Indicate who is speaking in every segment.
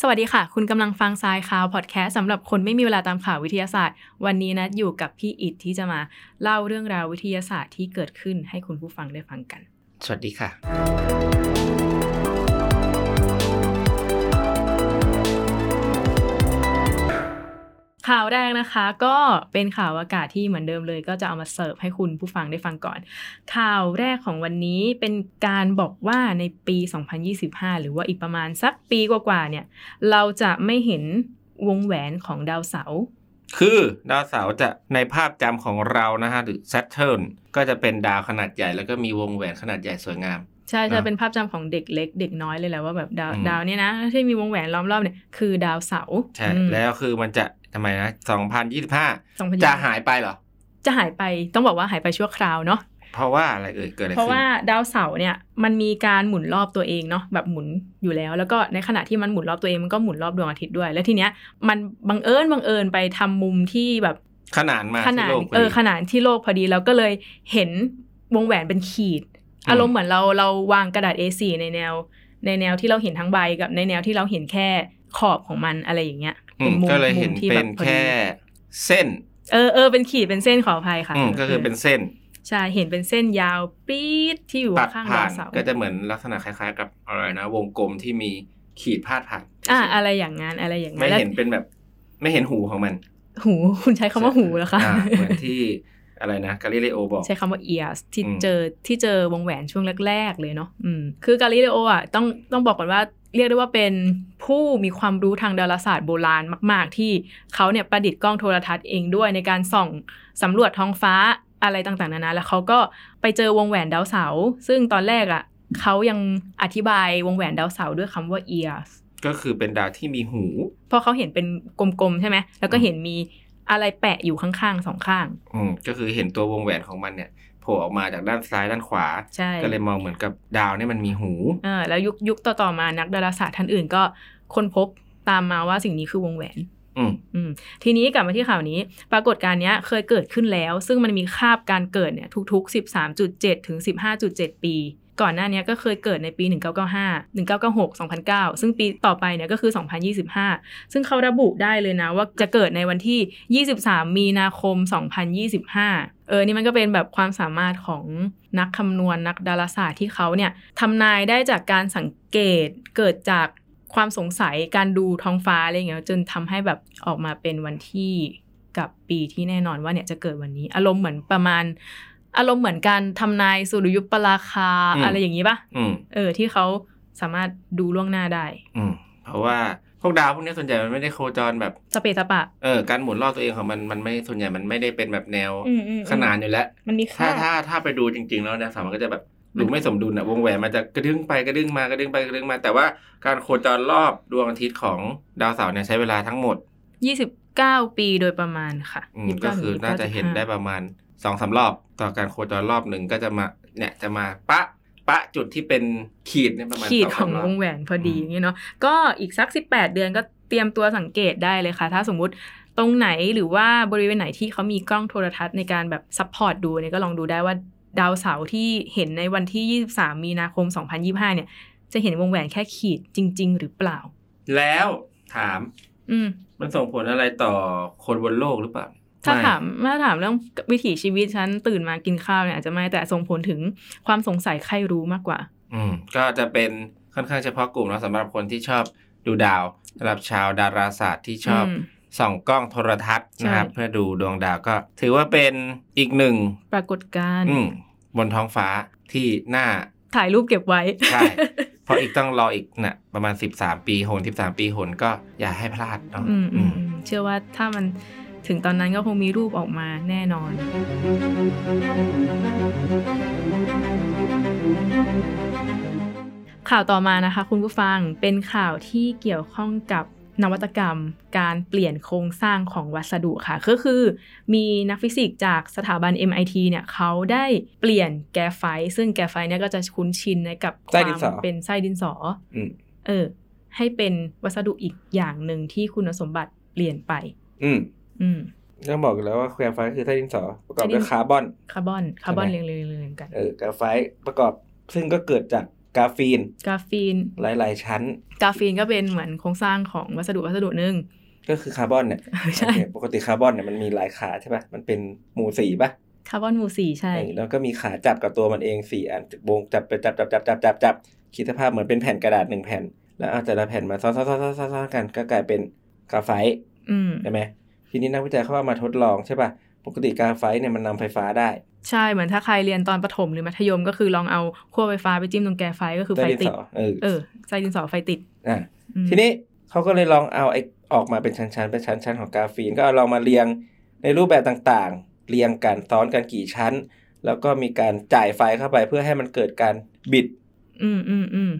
Speaker 1: สวัสดีค่ะ คุณกำลังฟังทรายข่าวพอดแคสต์สำหรับคนไม่มีเวลาตามข่าววิทยาศาสตร์ วันนี้นะอยู่กับพี่อิดที่จะมาเล่าเรื่องราววิทยาศาสตร์ที่เกิดขึ้นให้คุณผู้ฟังได้ฟังกัน
Speaker 2: สวัสดีค่ะ
Speaker 1: ข่าวแรกนะคะ ก็เป็นข่าวอากาศที่เหมือนเดิมเลย ก็จะเอามาเสิร์ฟให้คุณผู้ฟังได้ฟังก่อน ข่าวแรกของวันนี้เป็นการบอกว่าในปี 2025 หรือว่าอีกประมาณสักปีกว่าๆเนี่ยเราจะไม่เห็นวงแหวนของดาวเสาร์
Speaker 2: คือดาวเสาร์จะในภาพจำของเรานะฮะ หรือ Saturn ก็จะเป็นดาวขนาดใหญ่ แล้วก็มีวงแหวนขนาดใหญ่สวยงาม
Speaker 1: ใช่ใช่
Speaker 2: อ่ะ
Speaker 1: เป็นภาพจำของเด็กเล็ก เด็กน้อยเลยแหละว่าแบบดาว
Speaker 2: อืม
Speaker 1: ดาวเนี่ยนะที่มีวงแหวนล้อมรอบเนี่ยคือดาวเสาร์
Speaker 2: ใช่แล้วคือมันจะทำไมนะ 2025
Speaker 1: สองพัน
Speaker 2: จะหายไปเหรอ
Speaker 1: จะหายไปต้องบอกว่าหายไปชั่วคราวเนาะ
Speaker 2: เพราะว่าอะไรเอ่ยเกิดอะไร
Speaker 1: เพราะ
Speaker 2: ขึ้น
Speaker 1: ว่าดาวเสาร์เนี่ยมันมีการหมุนรอบตัวเองเนาะแบบหมุนอยู่แล้ว แล้วก็ในขณะที่มันหมุนรอบตัวเองมันก็หมุนรอบดวงอาทิตย์ด้วย แล้วทีเนี้ยมันบังเอิญบังเอิญไปทำมุมที่แบบ
Speaker 2: ขนานมา
Speaker 1: ขนาด
Speaker 2: ที่โลกพอดี
Speaker 1: เออขนาดที่โลกพอดีแล้วก็เลยเห็นวงแหวนเป็นขีด
Speaker 2: อืม
Speaker 1: อารมณ์เหมือนเราเราวางกระดาษ A4 ในแนว ในแนวที่เราเห็นทั้งใบกับในแนวที่เราเห็นแค่ขอบของมันอะไรอย่างเงี้ย
Speaker 2: อืม
Speaker 1: มุม
Speaker 2: ก็เลยเห็น
Speaker 1: มุมที่
Speaker 2: เป็น
Speaker 1: บบพอดี
Speaker 2: แค่เส้น
Speaker 1: เออเออเป็นขีดเป็นเส้นขออภัยค่ะ
Speaker 2: อืมก็คือเป็นเส้น
Speaker 1: ใช่เห็นเป็นเส้นยาวปี๊ดที่อยู่
Speaker 2: ตัด
Speaker 1: ข้างดา
Speaker 2: ผ่า
Speaker 1: วน เสาร์
Speaker 2: ก็จะเหมือนลักษณะคล้าย ๆ กับอะไรนะ วงกลมที่มีขีดพาดผ่าน
Speaker 1: อ่ะอะไรอย่างงั้นอะไรอย่างงั้
Speaker 2: ไม่
Speaker 1: นแล้ว
Speaker 2: เห็นเป็นแบบไม่เห็นหูของมัน
Speaker 1: หูคุณใช้คำว่าหูแล้วค่ะ
Speaker 2: อ่าเหมือนที่อะไรนะกาลิเลโอบอก
Speaker 1: ใช้คำว่า ears ที่
Speaker 2: อืม
Speaker 1: เจอที่เจอวงแหวนช่วงแรก ๆ เลยเนาะอืมคือกาลิเลโออ่ะต้องต้องบอกก่อนว่าเรียกได้ว่าเป็นผู้มีความรู้ทางดาราศาสตร์โบราณมาก ๆ ที่เขาเนี่ยประดิษฐ์กล้องโทรทัศน์เองด้วยในการส่องสำรวจท้องฟ้าอะไรต่าง ๆ นานาแล้วเขาก็ไปเจอวงแหวนดาวเสาร์ซึ่งตอนแรกอ่ะเขายังอธิบายวงแหวนดาวเสาร์ด้วยคำว่า ears
Speaker 2: ก็คือเป็นดาวที่มีหู
Speaker 1: เพราะเขาเห็นเป็นกลมๆใช่ไหมแล้วก็เห็นมีอะไรแปะอยู่ข้างๆสองข้าง
Speaker 2: อืมก็คือเห็นตัววงแหวนของมันเนี่ยโผล่ออกมาจากด้านซ้ายด้านขวา
Speaker 1: ใช่
Speaker 2: ก็เลยมองเหมือนกับดาวเนี่ยมันมีหู
Speaker 1: เออแล้วยุคยุคต่อๆมานักดาราศาสตร์ท่านอื่นก็ค้นพบตามมาว่าสิ่งนี้คือวงแหวน
Speaker 2: อืม
Speaker 1: อืมทีนี้กลับมาที่ข่าวนี้ ปรากฏการณ์เนี้ยเคยเกิดขึ้นแล้ว ซึ่งมันมีคาบการเกิดเนี่ยทุกๆ 13.7 ถึง 15.7 ปี ก่อนหน้าเนี้ยก็เคยเกิดในปี 1995 1996 2009 ซึ่งปีต่อไปเนี่ยก็คือ 2025 ซึ่งเขาระบุได้เลยนะว่าจะเกิดในวันที่ 23 มีนาคม 2025 เออ นี่มันก็เป็นแบบความสามารถของนักคำนวณนักดาราศาสตร์ที่เขาเนี่ยทำนายได้จากการสังเกตเกิดจาก ความสงสัยการดูท้องฟ้าอะไรอย่างเงี้ยจนทำให้แบบออกมาเป็นวันที่กับปีที่แน่นอนว่าเนี่ยจะเกิดวันนี้ อารมณ์เหมือนประมาณ อารมณ์เหมือนการทำนายสุริยุปราคาอะไรอย่างนี้ปะ
Speaker 2: อืม
Speaker 1: เออที่เขาสามารถดูล่วงหน้าได้
Speaker 2: อืมเพราะว่าพวกดาวพวกเนี้ยส่วนใหญ่มันไม่ได้โคจรแบบ
Speaker 1: สเปซสปะ
Speaker 2: เออการหมุนรอบตัวเองของมันมันไม่ส่วนใหญ่มันไม่ได้เป็นแบบแนว
Speaker 1: อืมอืมอืม
Speaker 2: ขนานอยู่แล้ว
Speaker 1: มันมี
Speaker 2: ถ้า
Speaker 1: ค่า
Speaker 2: ถ้าถ้าไปดูจริง ๆ แล้วนะสามมันก็จะแบบ
Speaker 1: มัน
Speaker 2: ดูไม่สมดุลอะวงแหวนมันจะกระดึ้งไปกระดึ้งมากระดึ้งไปกระดึ้งมา แต่ว่าการโคจรรอบดวงอาทิตย์ของดาวเสาร์เนี่ยใช้เวลาทั้งหมด
Speaker 1: ยี่สิบเก้าปีโดยประมาณค่ะ
Speaker 2: อืม
Speaker 1: ยี่สิบเา
Speaker 2: ก็
Speaker 1: ถึง
Speaker 2: คือ
Speaker 1: ยี่สิบก้
Speaker 2: น่าจะเห็นได้ประมาณสองสารอบ ต่อการโคจรรอบหนึ่งก็จะมาเนี่ยจะมาปะปะจุดที่เป็นขีดเนี่ยประมาณ
Speaker 1: ขีด
Speaker 2: 2-3
Speaker 1: ของ
Speaker 2: รบ
Speaker 1: วงแหวนพอดี
Speaker 2: อืม
Speaker 1: อย่างเงี้ยเนาะก็อีกสักสิบแปดเดือนก็เตรียมตัวสังเกตได้เลยค่ะ ถ้าสมมุติตรงไหนหรือว่าบริเวณไหนที่เขามีกล้องโทรทัศน์ในการแบบซัพพอร์ตดูเนี่ยก็ลองดูได้ว่าดาวเสาร์ที่เห็นในวันที่ 23 มีนาคม 2025 เนี่ย จะเห็นวงแหวนแค่ขีดจริง ๆ หรือเปล่า
Speaker 2: แล้วถาม
Speaker 1: อืม
Speaker 2: มันส่งผลอะไรต่อคนบนโลกหรือเปล่า
Speaker 1: ถ้าถามถ้าถามเรื่องวิถีชีวิตฉันตื่นมากินข้าวเนี่ยอาจจะไม่แต่ส่งผลถึงความสงสัยใครรู้มากกว่า
Speaker 2: อืมก็จะเป็นค่อนข้างเฉพาะกลุ่มเนาะสำหรับคนที่ชอบดูดาวสำหรับชาวดาราศาสตร์ที่ชอบ
Speaker 1: อืม
Speaker 2: ส่องกล้องโทรทัศน์นะครับ
Speaker 1: ใช่
Speaker 2: เพื่อดูดวงดาวก็ ถือว่าเป็นอีกหนึ่ง
Speaker 1: ปรากฏการณ์
Speaker 2: อืมบนท้องฟ้าที่น่า
Speaker 1: ถ่ายรูปเก็บไว้
Speaker 2: ใช่ เพราะอีกต้องรออีกน่ะประมาณ 13 ปีหน13 ปีหนก็อย่าให้พลาดเนาะ
Speaker 1: อืมอื
Speaker 2: อื
Speaker 1: ม
Speaker 2: ม
Speaker 1: อืมเชื่อว่าถ้ามันถึงตอนนั้นก็คงมีรูปออกมาแน่นอน ข่าวต่อมานะคะ คุณผู้ฟังเป็นข่าวที่เกี่ยวข้องกับนวัตกรรม การเปลี่ยนโครงสร้างของวัสดุค่ะ ก็คือมีนักฟิสิกส์จากสถาบัน MIT เนี่ยเขาได้เปลี่ยนแกรไฟต์ซึ่งแกรไฟต์เนี่ยก็จะคุ้นชินในกับค
Speaker 2: ไส้
Speaker 1: วาม
Speaker 2: ดินสอ
Speaker 1: เป็นไส้ดินสอ
Speaker 2: อืม
Speaker 1: เออ ให้เป็นวัสดุอีกอย่างหนึ่งที่คุณสมบัติเปลี่ยนไป
Speaker 2: อืม
Speaker 1: อืม
Speaker 2: ต้องบอกอยู่แล้วว่าแควร์ไฟคือไส้ดินสอประกอบ
Speaker 1: ไส้ดิน
Speaker 2: ด้วยคาร์บอน
Speaker 1: คาร์บอนคาร์บอน
Speaker 2: ใช่
Speaker 1: เรียง
Speaker 2: ไหม
Speaker 1: เรียงเรียงๆๆๆกัน
Speaker 2: เออกราไฟต์ประกอบซึ่งก็เกิดจาก กราฟีน
Speaker 1: กราฟีน
Speaker 2: หลายๆ ชั้น
Speaker 1: กราฟีนก็เป็นเหมือนโครงสร้างของวัสดุวัสดุหนึ่ง
Speaker 2: ก็คือคาร์บอนเนี่ย
Speaker 1: ใช่
Speaker 2: โอเคปกติคาร์บอนเนี่ยมันมีหลายขาใช่ปะมันเป็นหมู่สี่ปะ
Speaker 1: คาร์บอนหมู่สี่ใช่
Speaker 2: เออแล้วก็มีขาจับกับตัวมันเองสี่อันวงจับไปจับจับจับจับจับจับคิดสภาพเหมือนเป็นแผ่นกระดาษหนึ่งแผ่น แล้วเอาแต่ละแผ่นมาซ้อนซ้อนซ้อนซ้อนซ้อนซ้อนกันก็กลายเป็นกราไฟต์
Speaker 1: อืม
Speaker 2: ใช่ไหมทีนี้นักวิจัยเขาเอามาทดลองใช่ปะปกติกราไฟต์เนี่ยมันนำไฟฟ้าได้
Speaker 1: ใช่ เหมือนถ้าใครเรียนตอนประถมหรือมัธยมก็คือลองเอาขั้วไฟฟ้าไปจิ้มตรงแกนไฟก็คือไฟ
Speaker 2: ใต้ดิน
Speaker 1: ติ
Speaker 2: ส
Speaker 1: ด
Speaker 2: อเออ
Speaker 1: เออใส่ดินสอไฟติด
Speaker 2: อ่ะ
Speaker 1: อืม
Speaker 2: ทีนี้เขาก็เลยลองเอาไอ้ออกมาเป็นชั้นๆเป็นชั้นๆของกราฟีน ก็เอาลองมาเรียงในรูปแบบต่างๆ เรียงกันซ้อนกันกี่ชั้น แล้วก็มีการจ่ายไฟเข้าไปเพื่อให้มันเกิดการบิด
Speaker 1: อืมอืมอืม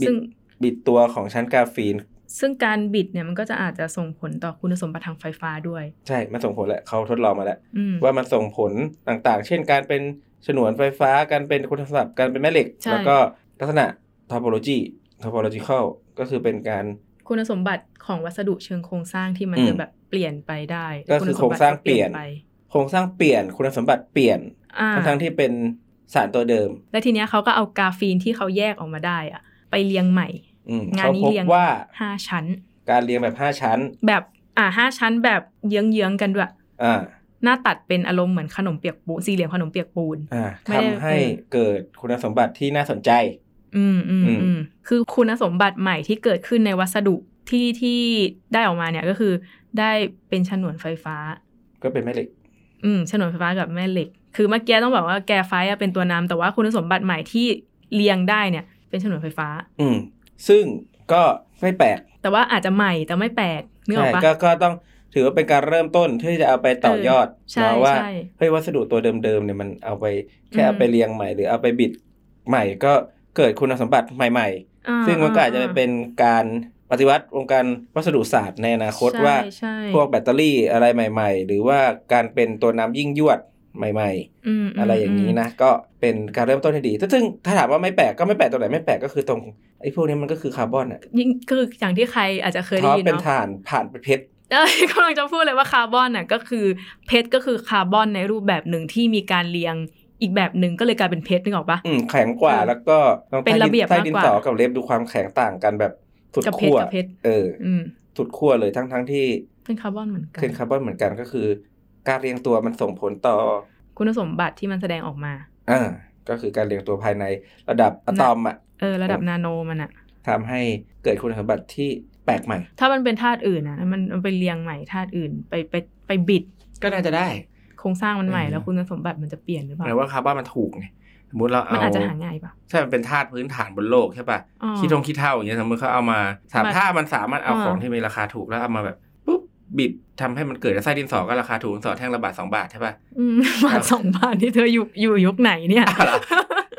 Speaker 2: บิด
Speaker 1: ซึ่ง
Speaker 2: บิดตัวของชั้นกราฟีน
Speaker 1: ซึ่งการบิดเนี่ยมันก็จะอาจจะส่งผลต่อคุณสมบัติทางไฟฟ้าด้วย
Speaker 2: ใช่มันส่งผลแหละเขาทดลองมาแล้ว
Speaker 1: อืม
Speaker 2: ว่ามันส่งผลต่างๆ เช่นการเป็นฉนวนไฟฟ้า การเป็นคุณสมบัติการเป็นแม่เหล็ก
Speaker 1: ใช่
Speaker 2: แล้วก็ลักษณะ topology topological ก็คือเป็นการ
Speaker 1: คุณสมบัติของวัสดุเชิงโครงสร้างที่มัน
Speaker 2: อืม
Speaker 1: จะแบบเปลี่ยนไปได้
Speaker 2: ก็คือโครงสร้างเปลี่ยน
Speaker 1: ไป
Speaker 2: โครงสร้างเปลี่ยนคุณสมบัติเปลี่ยน
Speaker 1: อ่า
Speaker 2: ทั้งๆที่เป็นสารตัวเดิม
Speaker 1: และทีเนี้ยเขาก็เอากราฟีนที่เขาแยกออกมาได้อะไปเรียงใหม่
Speaker 2: อืม
Speaker 1: งาน
Speaker 2: เขา
Speaker 1: นี้
Speaker 2: พบ
Speaker 1: เรียง
Speaker 2: ว่า
Speaker 1: ห้าชั้น
Speaker 2: การเรียงแบบ 5 ชั้น
Speaker 1: แบบอ่าห้าชั้นแบบเยื้องเยื้องๆกันด้วย
Speaker 2: อ่า
Speaker 1: หน้าตัดเป็นอารมณ์เหมือนขนมเปียกปูนสี่เหลี่ยมขนมเปียกปูน
Speaker 2: อ่า
Speaker 1: ไม่ได้
Speaker 2: ทำให้เกิดคุณสมบัติที่น่าสนใจ
Speaker 1: อืมอืม
Speaker 2: อืม
Speaker 1: อืมคือคุณสมบัติใหม่ที่เกิดขึ้นในวัสดุที่ที่ได้ออกมาเนี่ยก็คือได้เป็นฉนวนไฟฟ้า
Speaker 2: ก็เป็นแม่เหล็ก
Speaker 1: อืมฉนวนไฟฟ้ากับแม่เหล็ก คือเมื่อกี้ต้องบอกว่าแกไฟต์อะเป็นตัวนำแต่ว่าคุณสมบัติใหม่ที่เรียงได้เนี่ย เป็นฉนวนไฟฟ้า
Speaker 2: อืม ซึ่งก็ไม่แปลก
Speaker 1: แต่ว่าอาจจะใหม่แต่ไม่แปลกนึกอ
Speaker 2: ใช่
Speaker 1: อกปะ
Speaker 2: ก็ก็ต้องถือว่าเป็นการเริ่มต้นที่จะเอาไปต่อยอด
Speaker 1: ใช่
Speaker 2: เนาะว่า
Speaker 1: ใช่
Speaker 2: เฮ้ยวัสดุตัวเดิมๆเนี่ยมันเอาไปแค่
Speaker 1: อืม
Speaker 2: เอาไปเรียงใหม่ หรือเอาไปบิดใหม่ก็เกิดคุณสมบัติใหม่
Speaker 1: อ่า
Speaker 2: ๆ ซึ่งมันก็อาจจะเป็นการปฏิวัติวงการวัสดุศาสตร์ในอนาคตว่า
Speaker 1: ใช่
Speaker 2: พวกแบตเตอรี่อะไรใหม่ ๆ หรือว่าการเป็นตัวน้ำยิ่งยวดใหม่ ๆ
Speaker 1: มม
Speaker 2: อะไรอย่างนี้นะ ก็เป็นการเริ่มต้นที่ดีซึ่งถ้าถามว่าไม่แปลกก็ไม่แปลกตรงไหนไม่แปลกก็คือตรงไอ้พวกนี้มันก็คือคาร์บอนอะ
Speaker 1: ยิ่งคืออย่างที่ใครอาจจะเคย
Speaker 2: ท็
Speaker 1: ได้
Speaker 2: อป
Speaker 1: ยิน
Speaker 2: เป็น
Speaker 1: เนาะ
Speaker 2: ถ่านผ่านเป็นเพชร
Speaker 1: เอ้ย กำลังจะพูดเลยว่าคาร์บอนน่ะก็คือเพชรก็คือคาร์บอนในรูปแบบหนึ่งที่มีการเรียงอีกแบบหนึ่งก็เลยกลายเป็นเพชรนึกออกปะ
Speaker 2: อืมแข็งกว่า
Speaker 1: เออ
Speaker 2: แล้วก็ลอง
Speaker 1: เป็น
Speaker 2: ใต้
Speaker 1: ระเบี
Speaker 2: ดิ
Speaker 1: ยบ
Speaker 2: ใต้ดิ
Speaker 1: มาก
Speaker 2: น
Speaker 1: กว่า
Speaker 2: สอกับเล็บดูความแข็งต่างกันแบบสุด
Speaker 1: กับเพชร
Speaker 2: ขั้ว
Speaker 1: กับเพชร
Speaker 2: เออ
Speaker 1: อืม
Speaker 2: สุดขั้วเลยทั้งทั้งๆที่
Speaker 1: เป็นคาร์บอนเหมือนกัน
Speaker 2: เป็นคาร์บอนเหมือนกันก็คือ การเรียงตัวมันส่งผลต่อ
Speaker 1: คุณสมบัติที่มันแสดงออกมา
Speaker 2: อ่าก็คือการเรียงตัวภายในระดับอะตอมอะ
Speaker 1: เออ ระดับนาโนมันอะ
Speaker 2: ทำให้เกิดคุณสมบัติที่แปลกใหม่
Speaker 1: ถ้ามันเป็นธาตุอื่นอะมันมันไปเรียงใหม่ธาตุอื่นไปไปไปบิด
Speaker 2: ก็น่าจะได้
Speaker 1: โครงสร้างมันใหม่
Speaker 2: อืม
Speaker 1: แล้วคุณสมบัติมันจะเปลี่ยนหรือเป
Speaker 2: หมา
Speaker 1: ล่าย
Speaker 2: ว่าคาร์บอนมันถูกไงสมมติเราเอา
Speaker 1: มั
Speaker 2: มั
Speaker 1: นอาจจะหาง่ายปะ
Speaker 2: ใช่มันเป็นธาตุพื้นฐานบนโลกใช่ป่ะ
Speaker 1: อ๋อ
Speaker 2: ขี้ทงขี้เท่าอย่างเงี้ยสมมติเขาเอามาสาม
Speaker 1: มา
Speaker 2: ถ้ามันสามารถเอา
Speaker 1: อ่า
Speaker 2: ของที่มีราคาถูกแล้วเอามาแบบปุ๊บบิดทำให้มันเกิดไส้ดินสอก็ราคาถูกดินสอแท่งละบาทสองบาทใช่ป่ะ
Speaker 1: อืม บาทสองบาทที่เธออยู่อยู่ยุคไหนเนี่ย
Speaker 2: อ้าวเหรอ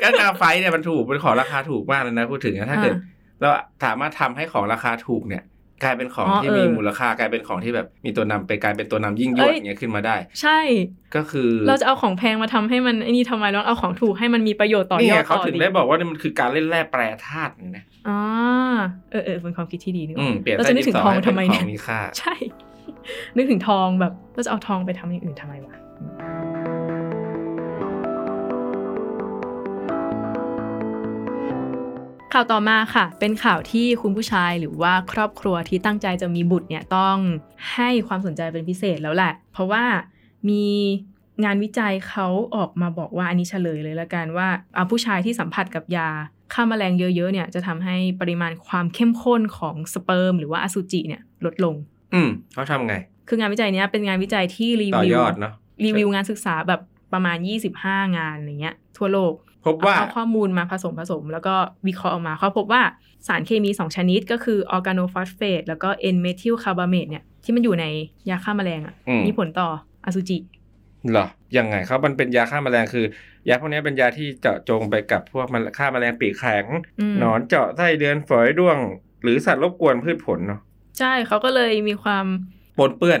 Speaker 2: ก็กาไฟเนี่ยมันถูกเป็นของราคาถูกมากเลยนะพูดถึงนะถ้าเกิด
Speaker 1: อ่า
Speaker 2: เราสามารถทำให้ของราคาถูกเนี่ย กลายเป็นของ
Speaker 1: อ๋อ
Speaker 2: ที่มี
Speaker 1: เออ
Speaker 2: มูลค่ากลายเป็นของที่แบบมีตัวนำไปกลายเป็นตัวนำยิ่งยวด
Speaker 1: เอ้ย
Speaker 2: อย่างเงี้ยขึ้นมาได้
Speaker 1: ใช่
Speaker 2: ก็คือ
Speaker 1: เราจะเอาของแพงมาทำให้มันไอ้นี่ทำไมเราเอาของถูกให้มันมีประโยชน์ต่อ
Speaker 2: นี่
Speaker 1: ยอ
Speaker 2: ไง
Speaker 1: ด
Speaker 2: เขา
Speaker 1: ต่อ
Speaker 2: ถึง
Speaker 1: ดี
Speaker 2: ได้บอกว่านี่มันคือการเล่นแร่แปรธาตุนะ
Speaker 1: อ๋อเออเออเป็นความคิดที่ดีนึก
Speaker 2: อื
Speaker 1: ว่าม
Speaker 2: เปลี่ยน
Speaker 1: เรา
Speaker 2: ไส้
Speaker 1: จะนึ
Speaker 2: ดิ
Speaker 1: ก
Speaker 2: น
Speaker 1: ถึง
Speaker 2: สอ
Speaker 1: ทอง
Speaker 2: ให้
Speaker 1: ทำ
Speaker 2: เป็น
Speaker 1: ไม
Speaker 2: ขอ
Speaker 1: เนี่
Speaker 2: ง
Speaker 1: ย
Speaker 2: มีค่า
Speaker 1: ใช่ นึกถึงทองแบบเราจะเอาทองไปทำอย่างอื่นทำไมวะข่าวต่อมาค่ะ เป็นข่าวที่คุณผู้ชายหรือว่าครอบครัวที่ตั้งใจจะมีบุตรเนี่ยต้องให้ความสนใจเป็นพิเศษแล้วแหละ เพราะว่ามีงานวิจัยเขาออกมาบอกว่าอันนี้เฉลยเลยละกันว่าอ่ะผู้ชายที่สัมผัสกับยาฆ่าแมลงเยอะๆเนี่ยจะทำให้ปริมาณความเข้มข้นของสเปิร์มหรือว่าอสุจิเนี่ยลดลง
Speaker 2: อืมเขาทำไง
Speaker 1: คืองานวิจัยเนี้ยเป็นงานวิจัยที่รี
Speaker 2: ต่อ
Speaker 1: วิวย
Speaker 2: อดเนาะ
Speaker 1: รีวิวงานศึกษาแบบประมาณ 25 งานอะไรเงี้ย ทั่วโลก
Speaker 2: พบว่า
Speaker 1: เอาข้อมูลมาผสมผสม แล้วก็วิเคราะห์ออกมาเขาพบว่าสารเคมี 2 ชนิดก็คือออร์แกโนฟอสเฟตแล้วก็ N เมทิลคาร์บาเมตเนี่ยที่มันอยู่ในยาฆ่าแมลงอะ
Speaker 2: อืม
Speaker 1: มีผลต่ออสุจิ
Speaker 2: เหรอ ยังไงเขามันเป็นยาฆ่าแมลงคือยาพวกนี้เป็นยาที่เจาะจงไปกับพวกมันฆ่าแมลงปีกแข็ง
Speaker 1: อืม
Speaker 2: หนอนเจาะไส้เดือนฝอยด้วง หรือสัตว์รบกวนพืชผลเนาะ
Speaker 1: ใช่เขาก็เลยมีความ
Speaker 2: ปนเปื้อน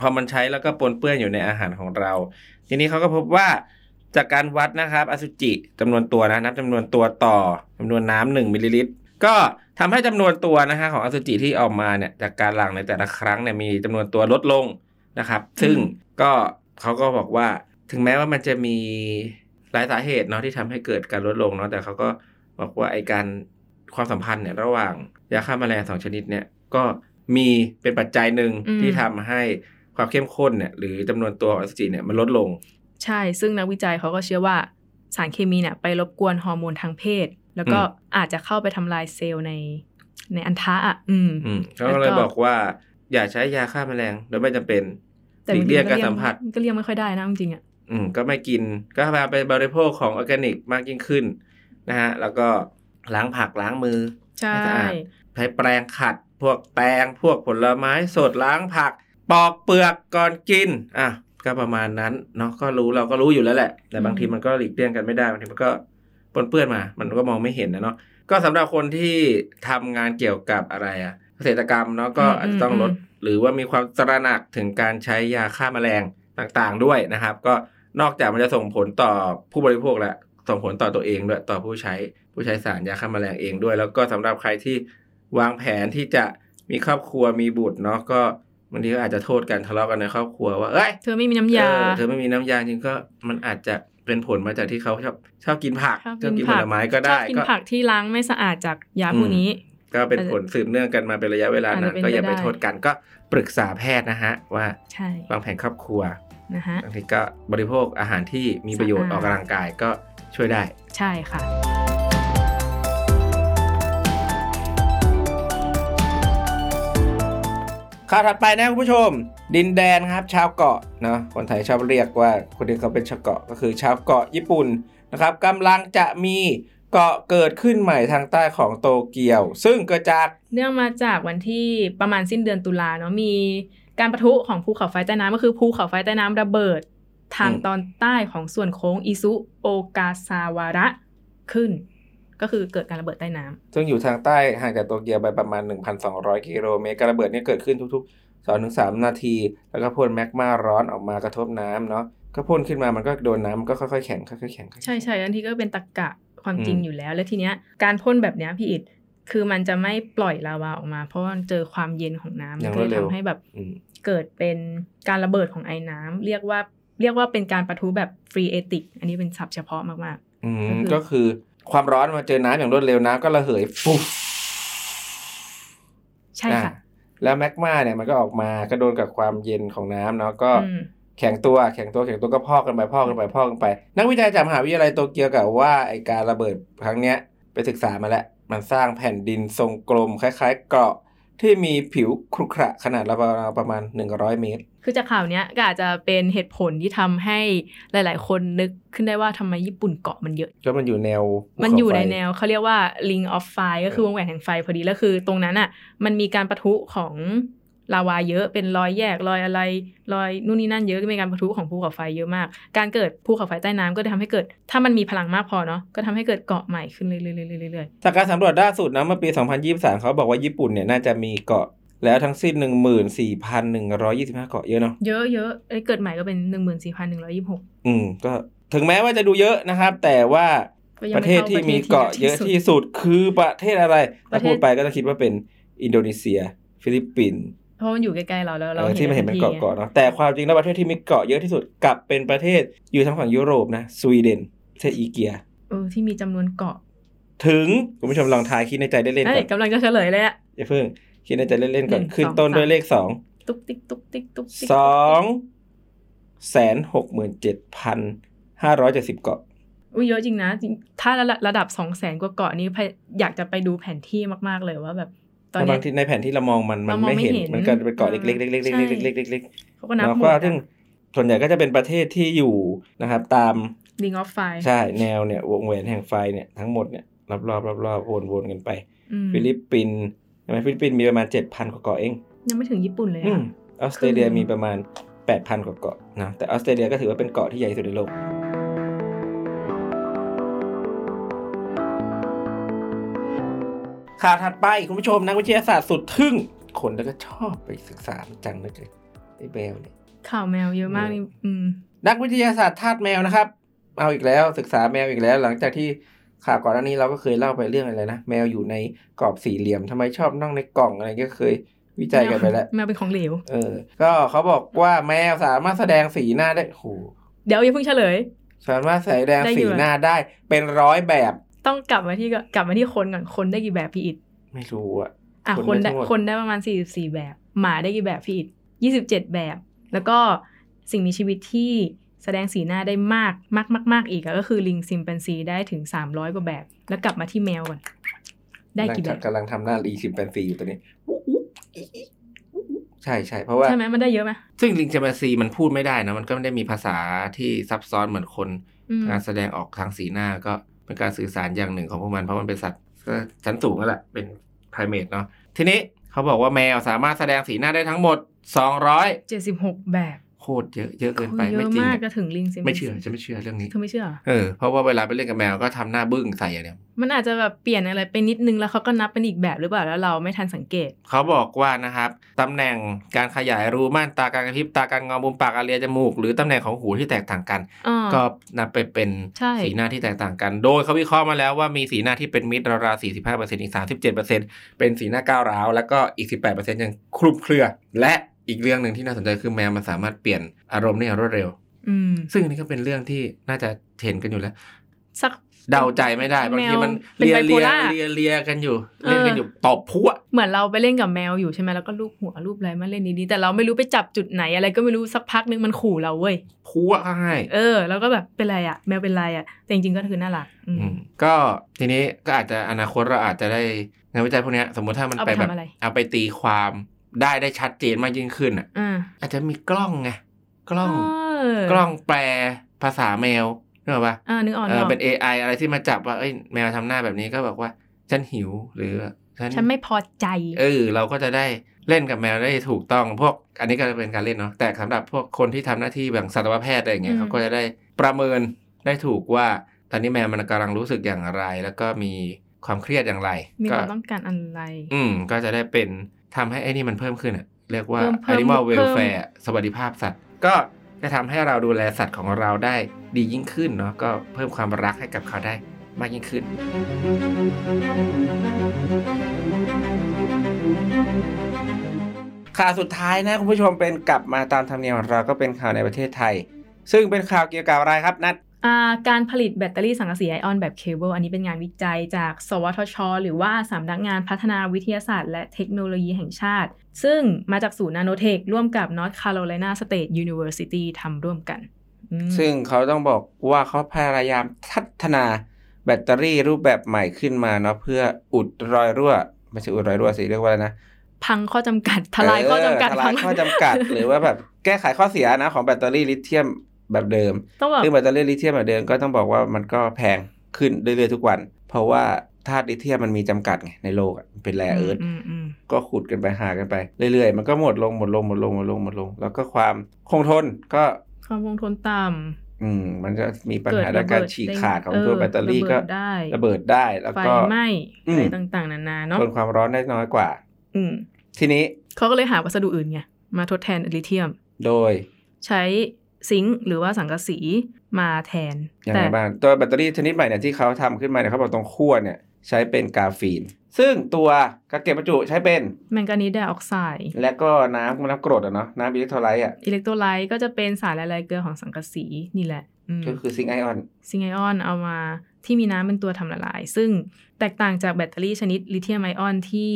Speaker 2: พอมันใช้แล้วก็ปนเปื้อนอยู่ในอาหารของเรา ทีนี้เขาก็พบว่าจากการวัดนะครับ อสุจิจำนวนตัวนะนับจำนวนตัวต่อจำนวนน้ำหนึ่งมิลลิลิตร ก็ทำให้จำนวนตัวนะฮะของอสุจิที่ออกมาเนี่ยจากการหลั่งในแต่ละครั้งเนี่ยมีจำนวนตัวลดลง นะครับซึ่งก็เขาก็บอกว่าถึงแม้ว่ามันจะมีหลายสาเหตุเนาะที่ทำให้เกิดการลดลงเนาะแต่เขาก็ บอกว่าไอการความสัมพันธ์เนี่ยระหว่างยาฆ่าแมลงสองชนิดเนี่ยก็มีเป็นปัจจัยหนึ่ง
Speaker 1: อืม
Speaker 2: ที่ทำให้ความเข้มข้นเนี่ยหรือจำนวนตัวของอสุจิเนี่ยมันลดลง
Speaker 1: ใช่ ซึ่งนักวิจัยเขาก็เชื่อว่าสารเคมีเนี่ยไปรบกวนฮอร์โมนทางเพศ แล้วก็
Speaker 2: อืม
Speaker 1: อาจจะเข้าไปทำลายเซลล์ในในอันทะอ่ะอืม
Speaker 2: อืมเขาก็เลย
Speaker 1: แล้วก็
Speaker 2: บอกว่า อย่าใช้ยาฆ่าแมลงโดยไม่จำเป็น หลีกเลี่ยงการสัมผัส
Speaker 1: นก็เลี่ยงไม่ค่อยได้นะจริงๆอ่ะ
Speaker 2: อืมก็ไม่กินก็พยายามไปบริโภคของออร์แกนิกมากยิ่งขึ้นนะฮะแล้วก็ล้างผักล้างมือ
Speaker 1: ใช่
Speaker 2: ไม่สะอาด ใช้แปรงขัด พวกแตงพวกผลไม้สดล้างผัก ปอกเปลือกก่อนกินอ่ะก็ประมาณนั้นเนาะก็รู้เราก็รู้อยู่แล้วแหละ แต่บางทีมันก็หลีกเลี่ยงกันไม่ได้บางทีมันก็ปนเปื้อนมา มันก็มองไม่เห็นนะเนาะก็สำหรับคนที่ทำงานเกี่ยวกับอะไรอะเกษตรกรรมเนาะก็
Speaker 1: อืม
Speaker 2: อาจจะต้องลด
Speaker 1: อืม
Speaker 2: หรือว่ามีความตระหนักถึงการใช้ยาฆ่าแมลงต่างๆด้วยนะครับ ก็นอกจากมันจะส่งผลต่อผู้บริโภคแล้วส่งผลต่อตัวเองด้วยต่อผู้ใช้ผู้ใช้สารยาฆ่าแมลงเองด้วย แล้วก็สำหรับใครที่วางแผนที่จะมีครอบครัวมีบุตรเนาะก็บางทีก็อาจจะโทษกันทะเลาะกันในครอบครัวว่าเอ้ย
Speaker 1: เธอไม่มีน้ำยา
Speaker 2: เออเธอไม่มีน้ำยาจริงก็มันอาจจะเป็นผลมาจากที่เขาชอบชอบกินผัก
Speaker 1: ชอบกิน
Speaker 2: ผ
Speaker 1: ผัก
Speaker 2: ลไม้ก็
Speaker 1: ชอ
Speaker 2: ได้
Speaker 1: บกินผักที่ล้างไม่สะอาดจากยา
Speaker 2: อืม
Speaker 1: พวกนี้
Speaker 2: ก็เป็นผลสืบเนื่องกันมาเป็นระยะเวลานา
Speaker 1: อาจจะเป็น
Speaker 2: นก็อย่า
Speaker 1: ไป
Speaker 2: ไป
Speaker 1: ได้
Speaker 2: โทษกันก็ปรึกษาแพทย์นะฮะว่า
Speaker 1: ใช่
Speaker 2: วางแผนครอบครัว
Speaker 1: นะฮะ
Speaker 2: บางทีก็บริโภคอาหารที่มีประโยชน์อ
Speaker 1: สะอาด
Speaker 2: อกกำลังกายก็ช่วยได้
Speaker 1: ใช่ค่ะ
Speaker 2: ข่าวถัดไปนะคุณผู้ชม ดินแดนครับ ชาวเกาะเนาะคนไทยชอบเรียกว่าคนที่เขาเป็นชาวเกาะก็คือชาวเกาะญี่ปุ่นนะครับกำลังจะมีเกาะเกิดขึ้นใหม่ทางใต้ของโตเกียว ซึ่งเกิดจาก
Speaker 1: เนื่องมาจากวันที่ประมาณสิ้นเดือนตุลาเนาะมีการปะทุของภูเขาไฟใต้น้ำก็คือภูเขาไฟใต้น้ำระเบิด ทาง
Speaker 2: อืม
Speaker 1: ตอนใต้ของส่วนโค้งอิซุโอกาซาวาระขึ้น ก็คือเกิดการระเบิดใต้น้ำ
Speaker 2: ซึ่งอยู่ทางใต้ห่างจากโตเกียวไปประมาณ 1,200 กิโลเมตรการระเบิดเนี่ยเกิดขึ้นทุกๆ 2-3 นาที แล้วก็พ่นแมกมาร้อนออกมากระทบน้ำเนาะก็พ่นขึ้นมามันก็โดนน้ำมันก็ค่อยๆแข็งค่อยๆแข็งค่อยๆแข็ง
Speaker 1: ใช่ใช่อันที่ก็เป็นตรกกะความจริง
Speaker 2: อืม
Speaker 1: อยู่แล้ว แล้วทีเนี้ยการพ่นแบบเนี้ยพี่อิดคือมันจะไม่ปล่อยลาวาออกมา เพราะมันเจอความเย็นของน้ำ
Speaker 2: อ
Speaker 1: มั
Speaker 2: ย่าน ง
Speaker 1: ก็
Speaker 2: รว
Speaker 1: เลย
Speaker 2: ดเร็ว
Speaker 1: ทำให้แบบ
Speaker 2: อืม
Speaker 1: เกิดเป็นการระเบิดของไอ้น้ำเรียกว่าเรียกว่าเป็นการปะทุแบบฟรีเอติกอันนี้เป็นศัพท์เฉพาะมาก
Speaker 2: อืม
Speaker 1: ก็คือ
Speaker 2: ก็คือความร้อนมาเจอน้ำอย่างรวดเร็วน้ำก็ระเหยฟุบ
Speaker 1: ๆ ใช่ค่ะ
Speaker 2: อ่ะแล้วแมกมาเนี่ยมันก็ออกมาก็โดนกับความเย็นของน้ำเนาะก็
Speaker 1: อืม
Speaker 2: แข็งตัวแข็งตัวแข็งตัวก็พอกกันไปพอกกันไปพอกกันไป นักวิจัยจากมหาวิทยาลัยโตเกียวกล่าวว่าไอการระเบิดครั้งเนี้ยไปศึกษามาแล้ว มันสร้างแผ่นดินทรงกลมคล้าย ๆ เกราะที่มีผิวครุขระขนาดระประมาณ 100 เมตร
Speaker 1: คือจากข่าวเนี้ยก็อาจจะเป็นเหตุผลที่ทำให้หลาย ๆ คนนึกขึ้นได้ว่าทำไมญี่ปุ่นเกาะมันเยอะ
Speaker 2: ก็มันอยู่แนวภู
Speaker 1: มันอยู่ใน
Speaker 2: เขาไฟ
Speaker 1: แนวเขาเรียกว่า ring of fire ก็คือวงแหวนแห่งไฟพอดีแล้วคือ ตรงนั้นอ่ะ มันมีการปะทุของลาวาเยอะเป็นรอยแยกรอยอะไรรอยนู่นนี่นั่นเยอะก็มีการปะทุของภูเขาไฟเยอะมาก การเกิดภูเขาไฟใต้น้ำก็จะทำให้เกิด ถ้ามันมีพลังมากพอเนาะก็ทำให้เกิดเกาะใหม่ขึ้นเรื่อยๆๆๆๆ
Speaker 2: จากการสำรวจล่าสุดนะเมื่อปี 2023 เขาบอกว่าญี่ปุ่นเนี่ยน่าจะมีเกาะแล้วทั้งสิ้น 14,125 เกาะเยอะเนาะ
Speaker 1: เยอะเยอะไอ้เกิดใหม่ก็เป็น 14,126
Speaker 2: อืมก็ถึงแม้ว่าจะดูเยอะนะครับ แต่ว่า
Speaker 1: ก็ยัง
Speaker 2: ป
Speaker 1: ไม่
Speaker 2: ระเทศที่มีเกาะเยอะที่สุดคือประเทศอะไร
Speaker 1: ป
Speaker 2: ถ้า
Speaker 1: ระเทศ
Speaker 2: พูดไปก็ต้องคิดว่าเป็นอินโดนีเซีย ฟิลิปปินส์
Speaker 1: เพราะมันอยู่ใกล้ๆเราแล้วเรา
Speaker 2: เออที่มันเห็นเป็นเกาะ
Speaker 1: ทัที
Speaker 2: เกาะเนาะแต่ความจริงแล้วประเทศที่มีเกาะเยอะที่สุดกลับเป็นประเทศอยู่ทางฝั่งยุโรปนะสวีเดนประเทศอีเกีย
Speaker 1: เออที่มีจำนวนเกาะ
Speaker 2: ถึงคุณผู้ชมลองทายคิดในใจเล่นๆ
Speaker 1: เอ้
Speaker 2: ก่
Speaker 1: ย
Speaker 2: อน
Speaker 1: กำลังจะเฉลยเลยอะ
Speaker 2: อย่าเพิ่งคิดในใจเล่นๆก่อน
Speaker 1: หนึ่ง
Speaker 2: ขึ้น
Speaker 1: สอง
Speaker 2: ต้นด้วย
Speaker 1: สาม
Speaker 2: เลขสอง
Speaker 1: ตุ๊กติ๊กตุ๊กติ๊กตุ๊กติ๊ก
Speaker 2: สองแสนหกหมื่นเจ็ดพันห้าร้อยเจ็ดสิบเกาะ
Speaker 1: อุ้ยเยอะจริงนะจริงถ้าระระดับ2 0 0 0 0กว่าเกาะนี้พะอยากจะไปดูแผนที่มากๆเลยว่าแบบ ตอน
Speaker 2: แต่
Speaker 1: เนี้
Speaker 2: บาย งทีในแผนที่เรามองมันมัน
Speaker 1: เรามอง
Speaker 2: ไม่เห็น
Speaker 1: ไม่เห็น
Speaker 2: มันเกิดเป็นเกาะ
Speaker 1: อ่า
Speaker 2: เล็กๆเล็กๆเล็กๆ
Speaker 1: ใช่
Speaker 2: เล็กๆเล็กๆเล็ก
Speaker 1: เขาก็
Speaker 2: ๆ
Speaker 1: นับ
Speaker 2: แล้ว
Speaker 1: หม
Speaker 2: ก็
Speaker 1: ด
Speaker 2: ซึ่งส่วนใหญ่ก็จะเป็นประเทศที่อยู่นะครับ ตาม
Speaker 1: ดิงออฟไฟ
Speaker 2: ใช่แนวเนี่ยวงแหวนแห่งไฟเนี่ยทั้งหมดเนี่ยรอบรอบรอบรอบวนวนกันไป ฟิลิปปินส์ใช่ไหมฟิลิปปินส์มีประมาณเจ็ดพันกว่าเกาะเอง
Speaker 1: ยังไม่ถึงญี่ปุ่นเลย
Speaker 2: อืม
Speaker 1: อะ
Speaker 2: ออสเตรเลีย
Speaker 1: ครึ่ง
Speaker 2: มีประมาณแปดพันกว่าเกาะนะแต่ออสเตรเลียก็ถือว่าเป็นเกาะที่ใหญ่ที่สุดในโลก ข่าวถัดไปคุณผู้ชมนักวิทยาศาสตร์สุดทึ่ง คนแล้วก็ชอบไปศึกษามันจังเลยไอ้แมวเนี่ย
Speaker 1: ข่าวแมวเยอะมาก
Speaker 2: อืม
Speaker 1: นี่อืม
Speaker 2: นักวิทยาศาสตร์ทาสแมวนะครับ เอาอีกแล้วศึกษาแมวอีกแล้ว หลังจากที่ข่าวก่อนหน้านี้เราก็เคยเล่าไปเรื่องอะไรนะแมวอยู่ในกรอบสี่เหลี่ยมทำไมชอบน่องในกล่องอะไรก็เคยวิจัยกันไปแล้ว
Speaker 1: แมวเป็นของเหลว
Speaker 2: เออ ก็เขาบอกว่าแมวสามารถแสดงสีหน้าได้โห
Speaker 1: เดี๋ยวอย่าเพิ่งเฉลย
Speaker 2: สามารถแสดง
Speaker 1: ได้อยู่
Speaker 2: สี
Speaker 1: อะ
Speaker 2: หน้าได้เป็นร้อยแบบ
Speaker 1: ต้องกลับมาที่กลับมาที่คนก่อนคนได้กี่แบบพี่อิด
Speaker 2: ไม่รู้อ่ะ
Speaker 1: อ่ะ
Speaker 2: ค
Speaker 1: คน นได้
Speaker 2: ได้ทั้งหมด
Speaker 1: คนได้ประมาณ 44 แบบ หมาได้กี่แบบพี่อิด27 แบบ แล้วก็สิ่งมีชีวิตที่แสดงสีหน้าได้มากมากมากมากอีกอะก็คือลิงซิมแปนซีได้ถึง 300 กว่าแบบ แล้วกลับมาที่แมวก่อนได้กี่แบ
Speaker 2: นั่ง
Speaker 1: บ
Speaker 2: ทำกำลังทำหน้ารีซิมแปนซีอยู่ตัวนี้ใช่ใช่เพราะว่า
Speaker 1: ใช่ไหมมันได้เยอะไหม
Speaker 2: ซึ่งลิงแชมเปนซีมันพูดไม่ได้นะ มันก็ไม่ได้มีภาษาที่ซับซ้อนเหมือนคน
Speaker 1: อืม
Speaker 2: การแสดงออกทางสีหน้าก็เป็นการสื่อสารอย่างหนึ่งของพวกมัน เพราะมันเป็นสัตว์ชั้นสูงนั่นแหละเป็นไพรเมตเนาะทีนี้เขาบอกว่าแมวสามารถแสดงสีหน้าได้ทั้งหมด 200
Speaker 1: 76 แบบ
Speaker 2: โคตรเยอะเยอะเกินไป
Speaker 1: เย
Speaker 2: ไม่
Speaker 1: อะ
Speaker 2: จริง
Speaker 1: มาก
Speaker 2: อะ
Speaker 1: จะถึงลิงซิม
Speaker 2: ไม่เชื่อจะไม่เชื่อเรื่องนี้
Speaker 1: เธอไม่เชื่อเหรอ
Speaker 2: เออเพราะว่าเวลาไปเล่นกับแมวก็ทำหน้าบึ้งใส่อย่างเดียว
Speaker 1: มันอาจจะแบบเปลี่ยนอะไรไปนิดนึงแล้วเขาก็นับเป็นอีกแบบหรือเปล่าแล้วเราไม่ทันสังเกต
Speaker 2: เขาบอกว่านะครับตำแหน่งการขยายรูม่านตาการกระพริบตาการงอมุมปากการเลียจมูก หรือตำแหน่งของหูที่แตกต่างกัน
Speaker 1: อ่า
Speaker 2: ก็นับไปเป็น
Speaker 1: ใช่
Speaker 2: สีหน้าที่แตกต่างกัน โดยเขาวิเคราะห์มาแล้วว่ามีสีหน้าที่เป็นมิตรราวๆ45เปอร์เซ็นต์อีก 37เปอร์เซ็นต์เป็นสีหน้าก้าวร้าว แล้วก็อีก 18เปอร์เซ็นต์ยังคลุมเครือ และอีกเรื่องหนึ่งที่น่าสนใจคือแมวมันสามารถเปลี่ยนอารมณ์ได้อย่างรวดเร็ว
Speaker 1: อืม
Speaker 2: ซึ่งอันนี้ก็เป็นเรื่องที่น่าจะเห็นกันอยู่แล้ว
Speaker 1: สัก
Speaker 2: เดาใจไม่ได้บางทีมัน
Speaker 1: เป็น
Speaker 2: เลีย
Speaker 1: ไบโพ
Speaker 2: เลีย
Speaker 1: ล่า
Speaker 2: เลียเลียกันอยู่
Speaker 1: เออ
Speaker 2: เล่นกันอยู่ตอบพัว
Speaker 1: เหมือนเราไปเล่นกับแมวอยู่ใช่ไหมแล้วก็ลูบหัวลูบอะไรมาเล่นดีๆแต่เราไม่รู้ไปจับจุดไหนอะไรก็ไม่รู้สักพักนึงมันขู่เราเว้ย
Speaker 2: พัวให้
Speaker 1: เออแล้วก็แบบเป็นไรอ่ะ แมวเป็นไรอ่ะ แต่จริงๆก็คือน่ารักอืม
Speaker 2: อืมก็ทีนี้ก็อาจจะอนาคตเราอาจจะได้งานวิจัยพวกเนี้ยสมมติถ้ามัน
Speaker 1: เอา
Speaker 2: ไป
Speaker 1: ไป
Speaker 2: แบบ
Speaker 1: ทำอะไร
Speaker 2: เอาไปตีความได้ได้ชัดเจนมากยิ่งขึ้นอ่ะ
Speaker 1: อ่า
Speaker 2: อาจจะมีกล้องไงกล้อง
Speaker 1: เ
Speaker 2: กล้องแปลภาษาแมวนึกออกปะ
Speaker 1: อ่านึกออก
Speaker 2: เอ
Speaker 1: นึก
Speaker 2: อ
Speaker 1: ออก
Speaker 2: เป็น AI อะไรที่มาจับว่าเอ้ยแมวทำหน้าแบบนี้ก็บอกว่า ฉันหิวหรือฉัน
Speaker 1: ฉันไม่พอใจ
Speaker 2: เออเราก็จะได้เล่นกับแมวได้ถูกต้อง พวกอันนี้ก็จะเป็นการเล่นเนาะแต่สำหรับพวกคนที่ทำหน้าที่แบบสัตวแพทย์อะไรอย่างเงี้ยเขาก็จะได้ประเมินได้ถูกว่า ตอนนี้แมวมันกำลังรู้สึกอย่างไร แล้วก็มีความเครียดอย่างไร
Speaker 1: มีค
Speaker 2: ก็
Speaker 1: วามต้องการอะไร
Speaker 2: อืมก็จะได้เป็นทำให้ไอ้นี่มันเพิ่มขึ้นอะเรียกว่า
Speaker 1: เพิ่มเพิ่ม
Speaker 2: animal
Speaker 1: เพิ่ม
Speaker 2: welfare อะสวัสดิภาพสัตว์ ก็จะทำให้เราดูแลสัตว์ของเราได้ดียิ่งขึ้นเนาะก็เพิ่มความรักให้กับเขาได้มากยิ่งขึ้น ข่าวสุดท้ายนะคุณผู้ชมเป็นกลับมาตามธรรมเนียมของเราก็เป็นข่าวในประเทศไทย ซึ่งเป็นข่าวเกี่ยวกับอะไรครับนัด
Speaker 1: อ่าการผลิตแบตเตอรี่สังกะสีไอออนแบบเคเบิลอันนี้เป็นงานวิจัยจาก สวทช หรือว่าสำนักงานพัฒนาวิทยาศาสตร์และเทคโนโลยีแห่งชาติ ซึ่งมาจากศูนย์นาโนเทค ร่วมกับ North Carolina State University ทำร่วมกันอืม
Speaker 2: ซึ่งเขาต้องบอกว่าเขาพยายามพัฒนาแบตเตอรี่รูปแบบใหม่ขึ้นมาเนาะเพื่ออุดรอยรั่วไม่ใช่อุดรอยรั่วสิเรียกว่าอะไรนะ
Speaker 1: พังข้อจำกัด ทลายข้อจำกัด
Speaker 2: เทลายข้อจำกัด หรือว่าแบบแก้ไขข้อเสียนะของแบตเตอรี่ลิเธียมแบบเดิม
Speaker 1: ต้องแบบ
Speaker 2: ซึ่งแบตเตอรี่ลิเธียมแบบเดิมก็ต้องบอกว่ามันก็แพงขึ้นเรื่อยๆทุกวัน เพราะว่าธาตุลิเธียมมันมีจำกัดไงในโลกอะมันเป็นแร่เอิร์ธ
Speaker 1: อืมอืม
Speaker 2: ก็ขุดกันไปหากันไปเรื่อยๆ มันก็หมดลงหมดลงหมดลงหมดลงหมดลง แล้วก็ความคงทนก็
Speaker 1: ความคงทนต่
Speaker 2: อืมมันก็มี
Speaker 1: ำ
Speaker 2: ปัญหาด้านการฉีกขาดของตัวแบตเตอรี่ก็
Speaker 1: เบิดได้
Speaker 2: ระเบิดได้แล้ว
Speaker 1: ไฟ
Speaker 2: ก็
Speaker 1: ไหม้
Speaker 2: อืม
Speaker 1: อะไรต่างๆนานาเนาะ
Speaker 2: ทนความร้อนได้น้อยกว่า
Speaker 1: อืม
Speaker 2: ทีนี้
Speaker 1: เขาก็เลยหาวัสดุอื่นไงมาทดแทนลิเธียม
Speaker 2: โดย
Speaker 1: ใช้ซิงค์หรือว่าสังกะสีมาแทน
Speaker 2: ยัง
Speaker 1: แต่
Speaker 2: ไงบ้างตัวแบตเตอรี่ชนิดใหม่เนี่ยที่เขาทำขึ้นมาเนี่ยเขาบอกตรงขั้วเนี่ยใช้เป็นกราฟีน ซึ่งตัวกระเก็บประจุใช้เป็น
Speaker 1: แมงกานีสไดออกไซด์
Speaker 2: และก็น้ำน้ำกรดอะเนาะน้ำอิเล็กโทรไลต์อะ
Speaker 1: อิเล็กโทรไลต์ก็จะเป็นสารละลายเกลือของสังกะสีนี่แหละอืม
Speaker 2: ก็คือซิงค์ไอออน
Speaker 1: ซิงค์ไอออนเอามาที่มีน้ำเป็นตัวทำละลาย ซึ่งแตกต่างจากแบตเตอรี่ชนิดลิเธียมไอออนที่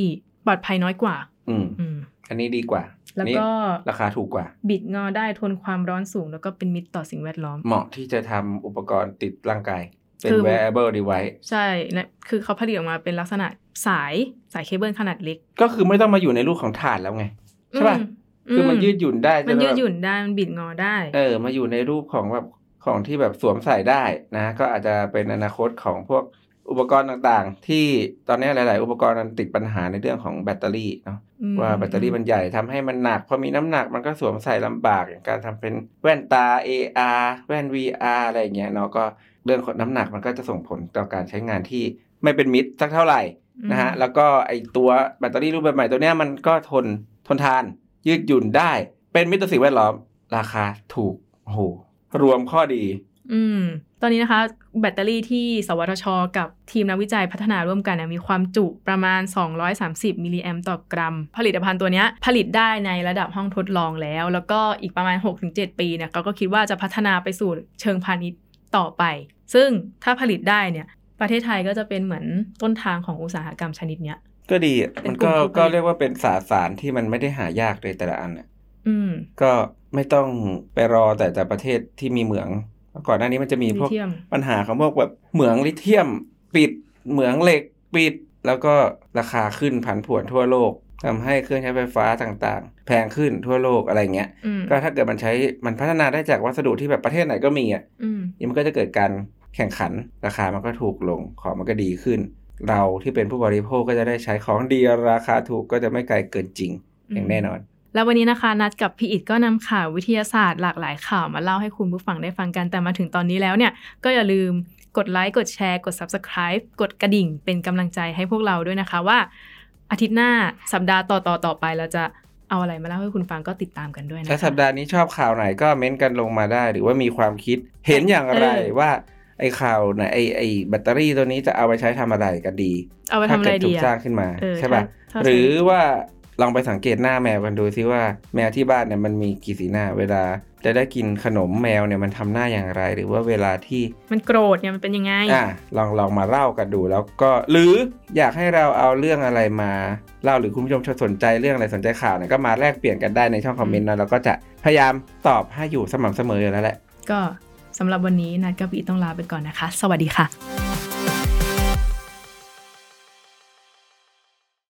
Speaker 1: ปลอดภัยน้อยกว่า
Speaker 2: อืม
Speaker 1: อืม
Speaker 2: อันนี้ดีกว่า
Speaker 1: แล้ว
Speaker 2: นี่
Speaker 1: ก็
Speaker 2: ราคาถูกกว่า
Speaker 1: บิดงอได้ทนความร้อนสูง แล้วก็เป็นมิตรต่อสิ่งแวดล้อม
Speaker 2: เหมาะที่จะทำอุปกรณ์ติดร่างกาย เป็น
Speaker 1: คือ
Speaker 2: wearable device
Speaker 1: ใช่และคือเขาผลิตออกมาเป็นลักษณะสายสายเคเบิลขนาดเล็ก
Speaker 2: ก็คือไม่ต้องมาอยู่ในรูปของถ่านแล้วไง ใช่ป่ะ
Speaker 1: ม
Speaker 2: คือมันยืดหยุ่นได้จ
Speaker 1: มันยืด
Speaker 2: แบบ
Speaker 1: หยุ่นได้มันบิดงอได้
Speaker 2: เออ มาอยู่ในรูปของแบบของที่แบบสวมใส่ได้นะ ก็อาจจะเป็นอนาคตของพวกอุปกรณ์ต่างๆ ที่ตอนนี้หลาย ๆ อุปกรณ์มันติดปัญหาในเรื่องของแบตเตอรี่เนาะ
Speaker 1: อืม
Speaker 2: ว่าแบตเตอรี่มันใหญ่ทำให้มันหนักพอมีน้ำหนักมันก็สวมใส่ลำบากอย่างการทำเป็นแว่นตา AR แว่น VR อะไรอย่างเงี้ยเนาะก็เรื่องของน้ำหนักมันก็จะส่งผลต่อการใช้งานที่ไม่เป็นมิตรสักเท่าไหร่นะฮะแล้วก็ไอตัวแบตเตอรี่รูปแบบใหม่ตัวเนี้ยมันก็ทนทนทาน ยืดหยุ่นได้ เป็นมิตรต่อสิ่งแวดล้อมราคาถูกโอ้โหรวมข้อดี
Speaker 1: อืม ตอนนี้นะคะ แบตเตอรี่ที่สวทช กับทีมนักวิจัยพัฒนาร่วมกันเนี่ยมีความจุประมาณ 230 มิลลิแอมป์ต่อกรัม ผลิตภัณฑ์ตัวเนี้ยผลิตได้ในระดับห้องทดลองแล้ว แล้วก็อีกประมาณ 6-7 ปีเนี่ยเขาก็คิดว่าจะพัฒนาไปสู่เชิงพาณิชย์ต่อไป ซึ่งถ้าผลิตได้เนี่ย ป ประเทศไทยก็จะเป็นเหมือนต้นทางของอุตสาหกรรมชนิดเนี้ย
Speaker 2: ก็ดีอะ
Speaker 1: เป็น
Speaker 2: มันก็
Speaker 1: กลุ่มที่ผลิต
Speaker 2: ก็เรียกว่าเป็นสาสารที่มันไม่ได้หายากเลยแต่ละอันน่ะ
Speaker 1: อืม
Speaker 2: ก็ไม่ต้องไปรอแต่แต่ประเทศที่มีเหมือง ก่อนหน้านี้มันจะมี
Speaker 1: ลิ
Speaker 2: พวก
Speaker 1: เทียม
Speaker 2: ปัญหาของพวกแบบเหมืองลิเทียมปิด เหมืองเหล็กปิด แล้วก็ราคาขึ้นผันผวนทั่วโลกทำให้เครื่องใช้ไฟฟ้าต่างๆ แพงขึ้นทั่วโลกอะไรเงี้ย
Speaker 1: อืม
Speaker 2: ก็ถ้าเกิดมันใช้มันพัฒนาได้จากวัสดุที่แบบประเทศไหนก็มีอ่ะ
Speaker 1: อืม
Speaker 2: มันก็จะเกิดการแข่งขันราคามันก็ถูกลงของมันก็ดีขึ้น เราที่เป็นผู้บริโภคก็จะได้ใช้ของดีราคาถูกก็จะไม่ไกลเกินจริงอย่างแน่นอน
Speaker 1: แล้ววันนี้นะคะ นัดกับพี่อิดก็นำข่าววิทยาศาสตร์หลากหลายข่าวมาเล่าให้คุณผู้ฟังได้ฟังกันแต่มาถึงตอนนี้แล้วเนี่ย ก็อย่าลืมกดไลค์กดแชร์ กด subscribe กดกระดิ่งเป็นกำลังใจให้พวกเราด้วยนะคะว่า อาทิตย์หน้าสัปดาห์ต่อต่อต่อไปเราจะเอาอะไรมาเล่าให้คุณฟังก็ติดตามกันด้วยนะคะ
Speaker 2: ถ้าสัปดาห์นี้ชอบข่าวไหนก็เม้นกันลงมาได้ หรือว่ามีความคิดเห็นอย่างไร
Speaker 1: เออ
Speaker 2: ว่าไอ้ข่าวไหนไอ้ไอ้แบตเตอรี่ตัวนี้จะเอาไปใช้ทำอะไรกันดี
Speaker 1: เอาไปทำ
Speaker 2: ถ้า
Speaker 1: อะไร
Speaker 2: เกิดถู
Speaker 1: ดี
Speaker 2: ก
Speaker 1: อะ
Speaker 2: สร้างขึ้นมา
Speaker 1: เออ
Speaker 2: ใช่ป่ะ
Speaker 1: ถ้า
Speaker 2: หรือว่าลองไปสังเกตหน้าแมวกันดูซิว่าแมวที่บ้านเนี่ยมันมีกี่สีหน้า เวลาจะได้กินขนมแมวเนี่ยมันทำหน้าอย่างไร หรือว่าเวลาที่
Speaker 1: มันโกรธเนี่ยมันเป็นยังไง
Speaker 2: อ่ะลองลองมาเล่ากันดูแล้วก็หรืออยากให้เราเอาเรื่องอะไรมาเล่าหรือคุณผู้ชมสนใจเรื่องอะไรสนใจข่าวเนี่ยก็มาแลกเปลี่ยนกันได้ในช่องคอมเมนต์นะเราก็จะพยายามตอบให้อยู่สม่ำเสมออยู่แล้วแหละ
Speaker 1: ก็สำหรับวันนี้นัดกับพี่ต้องลาไปก่อนนะคะ สวัสดีค่ะ